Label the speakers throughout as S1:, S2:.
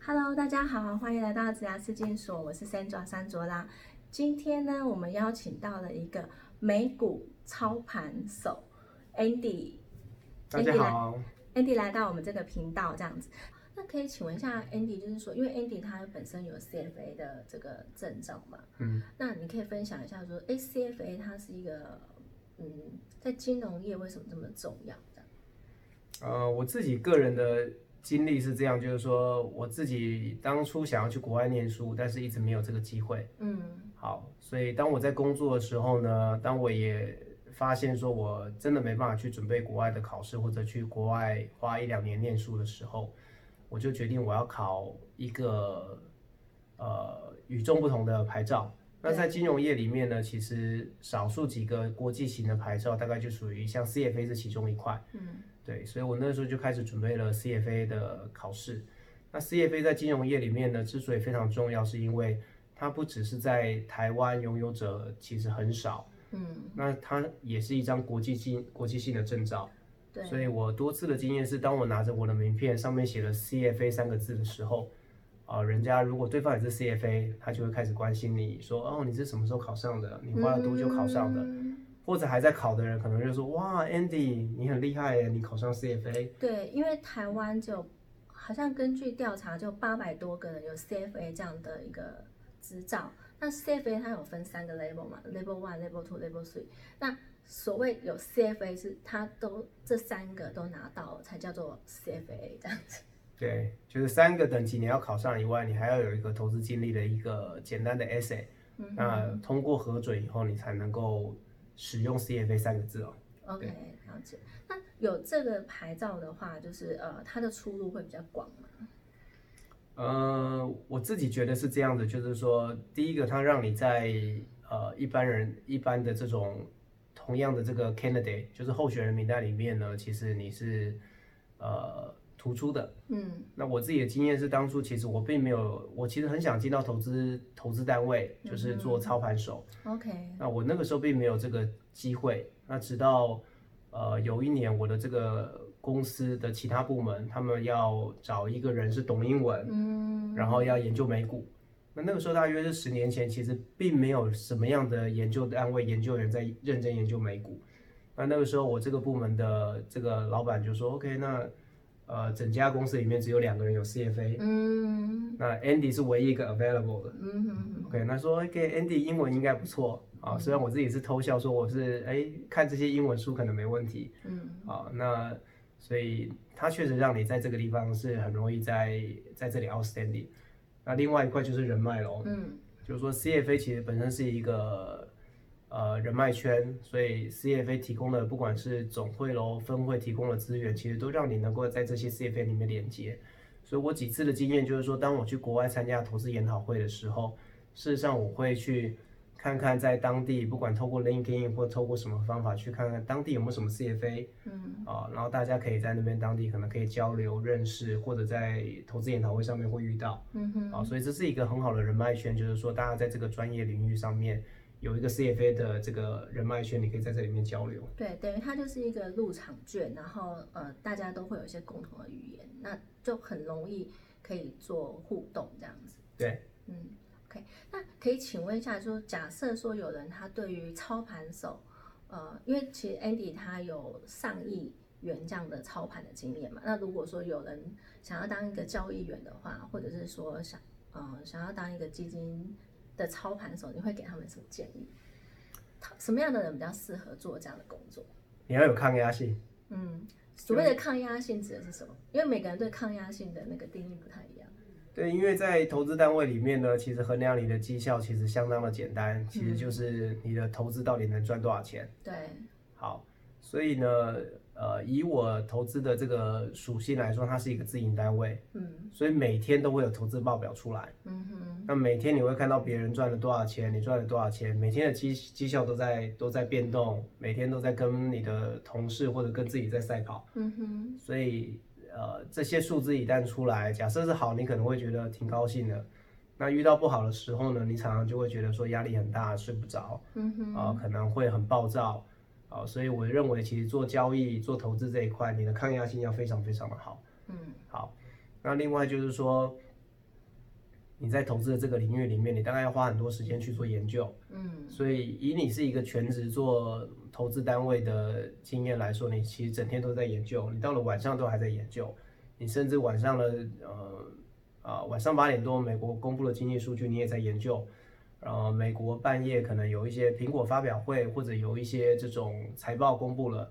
S1: Hello，大家好，欢迎来到植牙刺激所，我是 Sandra 山卓拉。今天呢，我们邀请到了一个美股操盘手 Andy，Andy
S2: 大家好，
S1: 来到我们这个频道这样子。那可以请问一下 Andy，就是说，因为 Andy 他本身有 CFA 的这个证照嘛，
S2: 嗯，
S1: 那你可以分享一下说，哎，CFA 它是一个，嗯，在金融业为什么这么重要？这样，
S2: 呃，我自己个人的经历是这样，就是说我自己当初想要去国外念书，但是一直没有这个机会。
S1: 嗯
S2: 好，所以当我在工作的时候呢，当我也发现说我真的没办法去准备国外的考试，或者去国外花一两年念书的时候，我就决定我要考一个呃与众不同的牌照。那在金融业里面呢，其实少数几个国际型的牌照，大概就属于像 CFA 是其中一块。
S1: 嗯
S2: 对，所以我那时候就开始准备了 CFA 的考试。那 CFA 在金融业里面呢，之所以非常重要，是因为它不只是在台湾拥有者其实很少，
S1: 嗯，
S2: 那它也是一张国际性国际性的证照。
S1: 对，
S2: 所以我多次的经验是，当我拿着我的名片上面写了 CFA 三个字的时候，啊、人家如果对方也是 CFA，他就会开始关心你说，哦，你是什么时候考上的？你花了多久考上的？
S1: 嗯
S2: 或者还在考的人，可能就说，哇，Andy，你很厉害耶，你考上 CFA。
S1: 对，因为台湾就好像根据调查，就八百多个人有 CFA 这样的一个执照。那 CFA 它有分三个 level 嘛，level one、level two、level three。那所谓有 CFA 是它都这三个都拿到了才叫做 CFA 这样子。
S2: 对，就是三个等级你要考上以外，你还要有一个投资经历的一个简单的 essay，、
S1: 嗯
S2: 那通过核准以后，你才能够使用 CFA 三个字哦。
S1: ，OK，了解。那有这个牌照的话，就是呃，它的出路会比较广嘛。
S2: 呃，我自己觉得是这样的，就是说，第一个，它让你在呃一般人一般的这种同样的这个 candidate，就是候选人名单里面呢，其实你是呃突出的。
S1: 嗯
S2: 那我自己的经验是，当初其实我并没有，我其实很想进到投资投资单位，就是做操盘手。
S1: ，OK，
S2: 那我那个时候并没有这个机会，那直到呃有一年我的这个公司的其他部门，他们要找一个人是懂英文，
S1: 嗯，
S2: 然后要研究美股。那那个时候大约是十年前，其实并没有什么样的研究单位、研究员在认真研究美股。那那个时候我这个部门的这个老板就说：“OK，那呃整家公司里面只有两个人有 CFA，
S1: 嗯
S2: 那 Andy 是唯一一个 available 的。”
S1: 嗯嗯
S2: OK，他说给 Andy 英文应该不错啊，虽然我自己是偷笑说我是哎看这些英文书可能没问题
S1: 嗯，
S2: 啊，那所以他确实让你在这个地方是很容易在在这里 outstanding。那另外一块就是人脉咯，
S1: 嗯
S2: 就是说 CFA 其实本身是一个呃人脉圈，所以 CFA 提供的不管是总会喽、分会提供的资源，其实都让你能够在这些 CFA 里面连接。所以我几次的经验就是说，当我去国外参加投资研讨会的时候，事实上我会去看看在当地，不管透过 LinkedIn 或透过什么方法去看看当地有没有什么 CFA
S1: 嗯。
S2: 啊、然后大家可以在那边当地可能可以交流认识，或者在投资研讨会上面会遇到。
S1: 嗯哼，
S2: 啊，所以这是一个很好的人脉圈，就是说大家在这个专业领域上面有一个 CFA 的这个人脉圈，你可以在这里面交流。
S1: 对，等于它就是一个入场券，然后呃，大家都会有一些共同的语言，那就很容易可以做互动这样子。
S2: 对，
S1: 嗯，OK，那可以请问一下，说假设说有人他对于操盘手，呃，因为其实 Andy 他有上亿元这样的操盘的经验嘛，那如果说有人想要当一个交易员的话，或者是说想呃想要当一个基金的操盘手，你会给他们什么建议？他什么样的人比较适合做这样的工作？
S2: 你要有抗压性。
S1: 嗯，所谓的抗压性指的是什么？因为每个人对抗压性的那个定义不太一样。
S2: 对，因为在投资单位里面呢，其实衡量你的绩效其实相当的简单，其实就是你的投资到底能赚多少钱。
S1: 对，
S2: 好，所以呢，呃，以我投资的这个属性来说，它是一个自营单位，
S1: 嗯
S2: 所以每天都会有投资报表出来。
S1: 嗯哼，
S2: 那每天你会看到别人赚了多少钱，你赚了多少钱，每天的绩绩效都在都在变动，每天都在跟你的同事或者跟自己在赛跑，
S1: 嗯哼，
S2: 所以呃这些数字一旦出来，假设是好，你可能会觉得挺高兴的。那遇到不好的时候呢，你常常就会觉得说压力很大，睡不着，
S1: 嗯哼，
S2: 啊、可能会很暴躁，啊、所以我认为其实做交易、做投资这一块，你的抗压性要非常非常的好。
S1: 嗯
S2: 好，那另外就是说，你在投资的这个领域里面，你大概要花很多时间去做研究。
S1: 嗯
S2: 所以以你是一个全职做投资单位的经验来说，你其实整天都在研究，你到了晚上都还在研究，你甚至晚上的呃啊、晚上八点多美国公布了经济数据，你也在研究。然后美国半夜可能有一些苹果发表会，或者有一些这种财报公布了，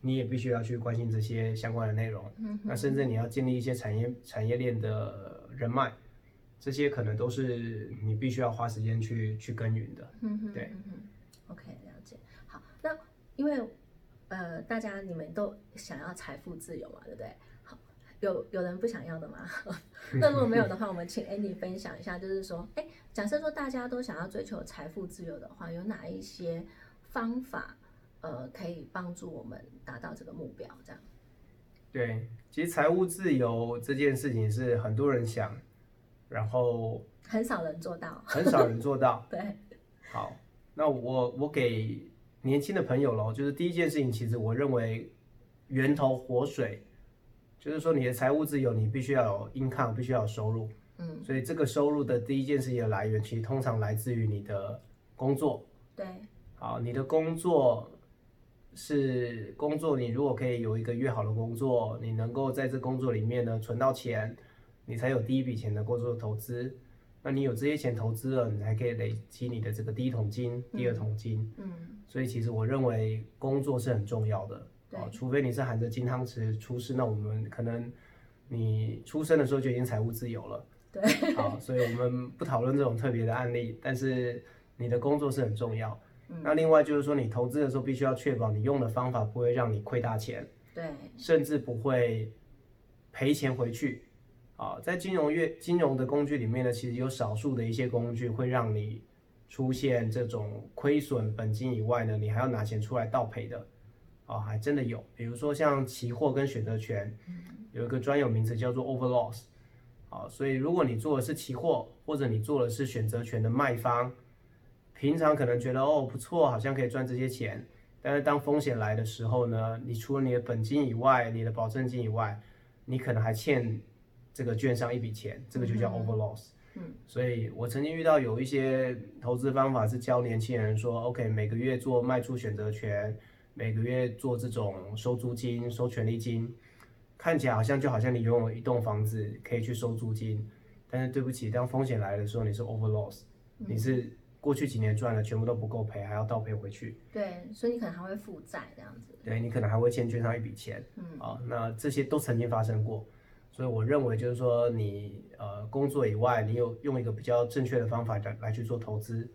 S2: 你也必须要去关心这些相关的内容。
S1: 嗯
S2: 那甚至你要建立一些产业产业链的人脉，这些可能都是你必须要花时间去去耕耘的。
S1: 嗯哼，
S2: 对
S1: 嗯哼，OK，了解。好，那因为呃，大家你们都想要财富自由嘛，对不对？好，有有人不想要的吗？ 那如果没有的话，我们请 Andy 分享一下，就是说，哎，假设说大家都想要追求财富自由的话，有哪一些方法呃可以帮助我们达到这个目标？这样，
S2: 对，其实财务自由这件事情是很多人想，然后
S1: 很少人做到，
S2: 很少人做到。
S1: 对，
S2: 好，那我我给年轻的朋友喽，就是第一件事情，其实我认为源头活水，就是说你的财务自由，你必须要有 income，必须要有收入。
S1: 嗯，
S2: 所以这个收入的第一件事情的来源，其实通常来自于你的工作。
S1: 对，
S2: 好，你的工作是工作，你如果可以有一个越好的工作，你能够在这工作里面呢存到钱，你才有第一笔钱能够做投资。那你有这些钱投资了，你才可以累积你的这个第一桶金、第二桶金。
S1: 嗯，
S2: 所以其实我认为工作是很重要的，
S1: 对
S2: 啊，除非你是含着金汤匙出世，那我们可能你出生的时候就已经财务自由了。
S1: 对，
S2: 好，所以我们不讨论这种特别的案例，但是你的工作是很重要。
S1: 嗯
S2: 那另外就是说，你投资的时候必须要确保你用的方法不会让你亏大钱，
S1: 对，
S2: 甚至不会赔钱回去。啊，在金融业金融的工具里面呢，其实有少数的一些工具会让你出现这种亏损本金以外呢，你还要拿钱出来倒赔的。啊，还真的有，比如说像期货跟选择权，有一个专有名词叫做 overloss。啊，所以如果你做的是期货，或者你做的是选择权的卖方，平常可能觉得哦不错，好像可以赚这些钱，但是当风险来的时候呢，你除了你的本金以外，你的保证金以外，你可能还欠这个券商一笔钱，这个就叫 overloss。
S1: 嗯，
S2: 所以我曾经遇到有一些投资方法是教年轻人说，OK，每个月做卖出选择权，每个月做这种收租金、收权利金，看起来好像就好像你拥有一栋房子可以去收租金，但是对不起，当风险来的时候，你是 overloss，你
S1: 嗯
S2: 是过去几年赚的全部都不够赔，还要倒赔回去。
S1: 对，所以你可能还会负债这样子，
S2: 对你可能还会欠券商一笔钱，
S1: 嗯
S2: 啊，那这些都曾经发生过，所以我认为就是说你呃工作以外，你有用一个比较正确的方法来来去做投资，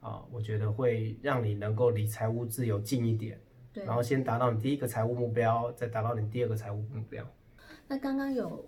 S2: 啊，我觉得会让你能够离财务自由近一点，
S1: 对。
S2: 然后先达到你第一个财务目标，再达到你第二个财务目标。
S1: 那刚刚有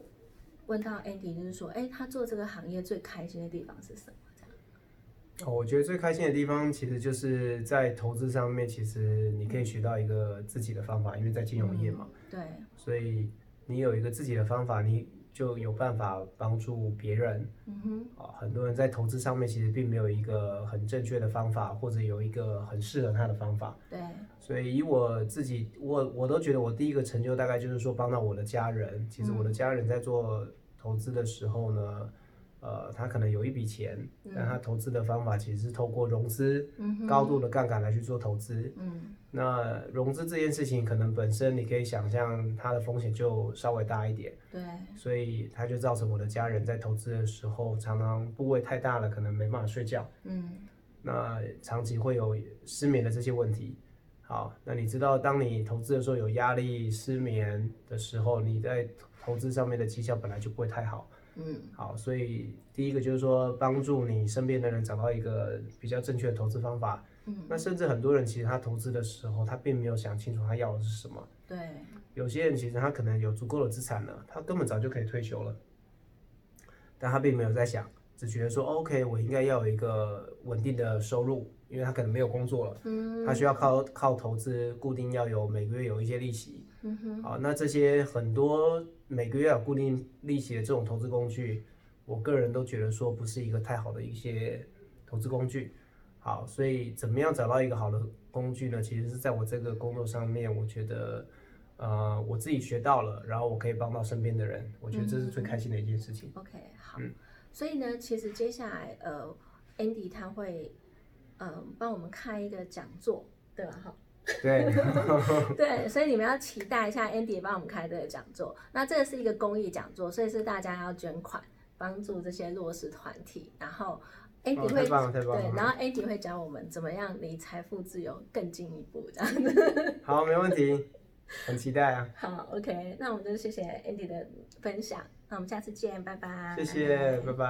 S1: 问到 Andy，就是说，哎，他做这个行业最开心的地方是什么？这样，
S2: 哦，我觉得最开心的地方其实就是在投资上面，其实你可以学到一个自己的方法，因为在金融业嘛，
S1: 嗯对，
S2: 所以你有一个自己的方法，你就有办法帮助别人。
S1: 嗯哼，
S2: 啊，很多人在投资上面其实并没有一个很正确的方法，或者有一个很适合他的方法。
S1: 对，
S2: 所以以我自己，我我都觉得我第一个成就大概就是说帮到我的家人。其实我
S1: 嗯
S2: 的家人在做投资的时候呢，呃，他可能有一笔钱，但他投资的方法其实是透过融资、
S1: 嗯哼，
S2: 高度的杠杆来去做投资。
S1: 嗯，
S2: 那融资这件事情，可能本身你可以想象它的风险就稍微大一点。
S1: 对，
S2: 所以它就造成我的家人在投资的时候，常常部位太大了，可能没办法睡觉，
S1: 嗯，
S2: 那长期会有失眠的这些问题。好，那你知道，当你投资的时候有压力、失眠的时候，你在投资上面的绩效本来就不会太好。
S1: 嗯，
S2: 好，所以第一个就是说，帮助你身边的人找到一个比较正确的投资方法。
S1: 嗯，
S2: 那甚至很多人其实他投资的时候，他并没有想清楚他要的是什么。
S1: 对，
S2: 有些人其实他可能有足够的资产了，他根本早就可以退休了，但他并没有在想，只觉得说哦 OK，我应该要有一个稳定的收入，因为他可能没有工作了，
S1: 嗯，
S2: 他需要靠靠投资固定要有每个月有一些利息。
S1: 嗯哼，
S2: 好，那这些很多每个月有固定利息的这种投资工具，我个人都觉得说不是一个太好的一些投资工具。好，所以怎么样找到一个好的工具呢？其实是在我这个工作上面，我觉得，呃，我自己学到了，然后我可以帮到身边的人，我觉得这是最开心的一件事情。
S1: OK，好。所以呢，其实接下来呃，Andy 他会呃帮我们开一个讲座，对吧？哈，
S2: 对，
S1: 对，所以你们要期待一下 Andy 帮我们开这个讲座。那这个是一个公益讲座，所以是大家要捐款帮助这些弱势团体。然后 Andy
S2: 哦
S1: 会、
S2: 太棒了，太棒
S1: 对，
S2: 了。
S1: 然后 Andy 会教我们怎么样离财富自由更进一步，这样子。
S2: 好，没问题，很期待啊，
S1: 好，OK，那我们就谢谢 Andy 的分享，那我们下次见，拜拜。
S2: 谢谢，拜拜。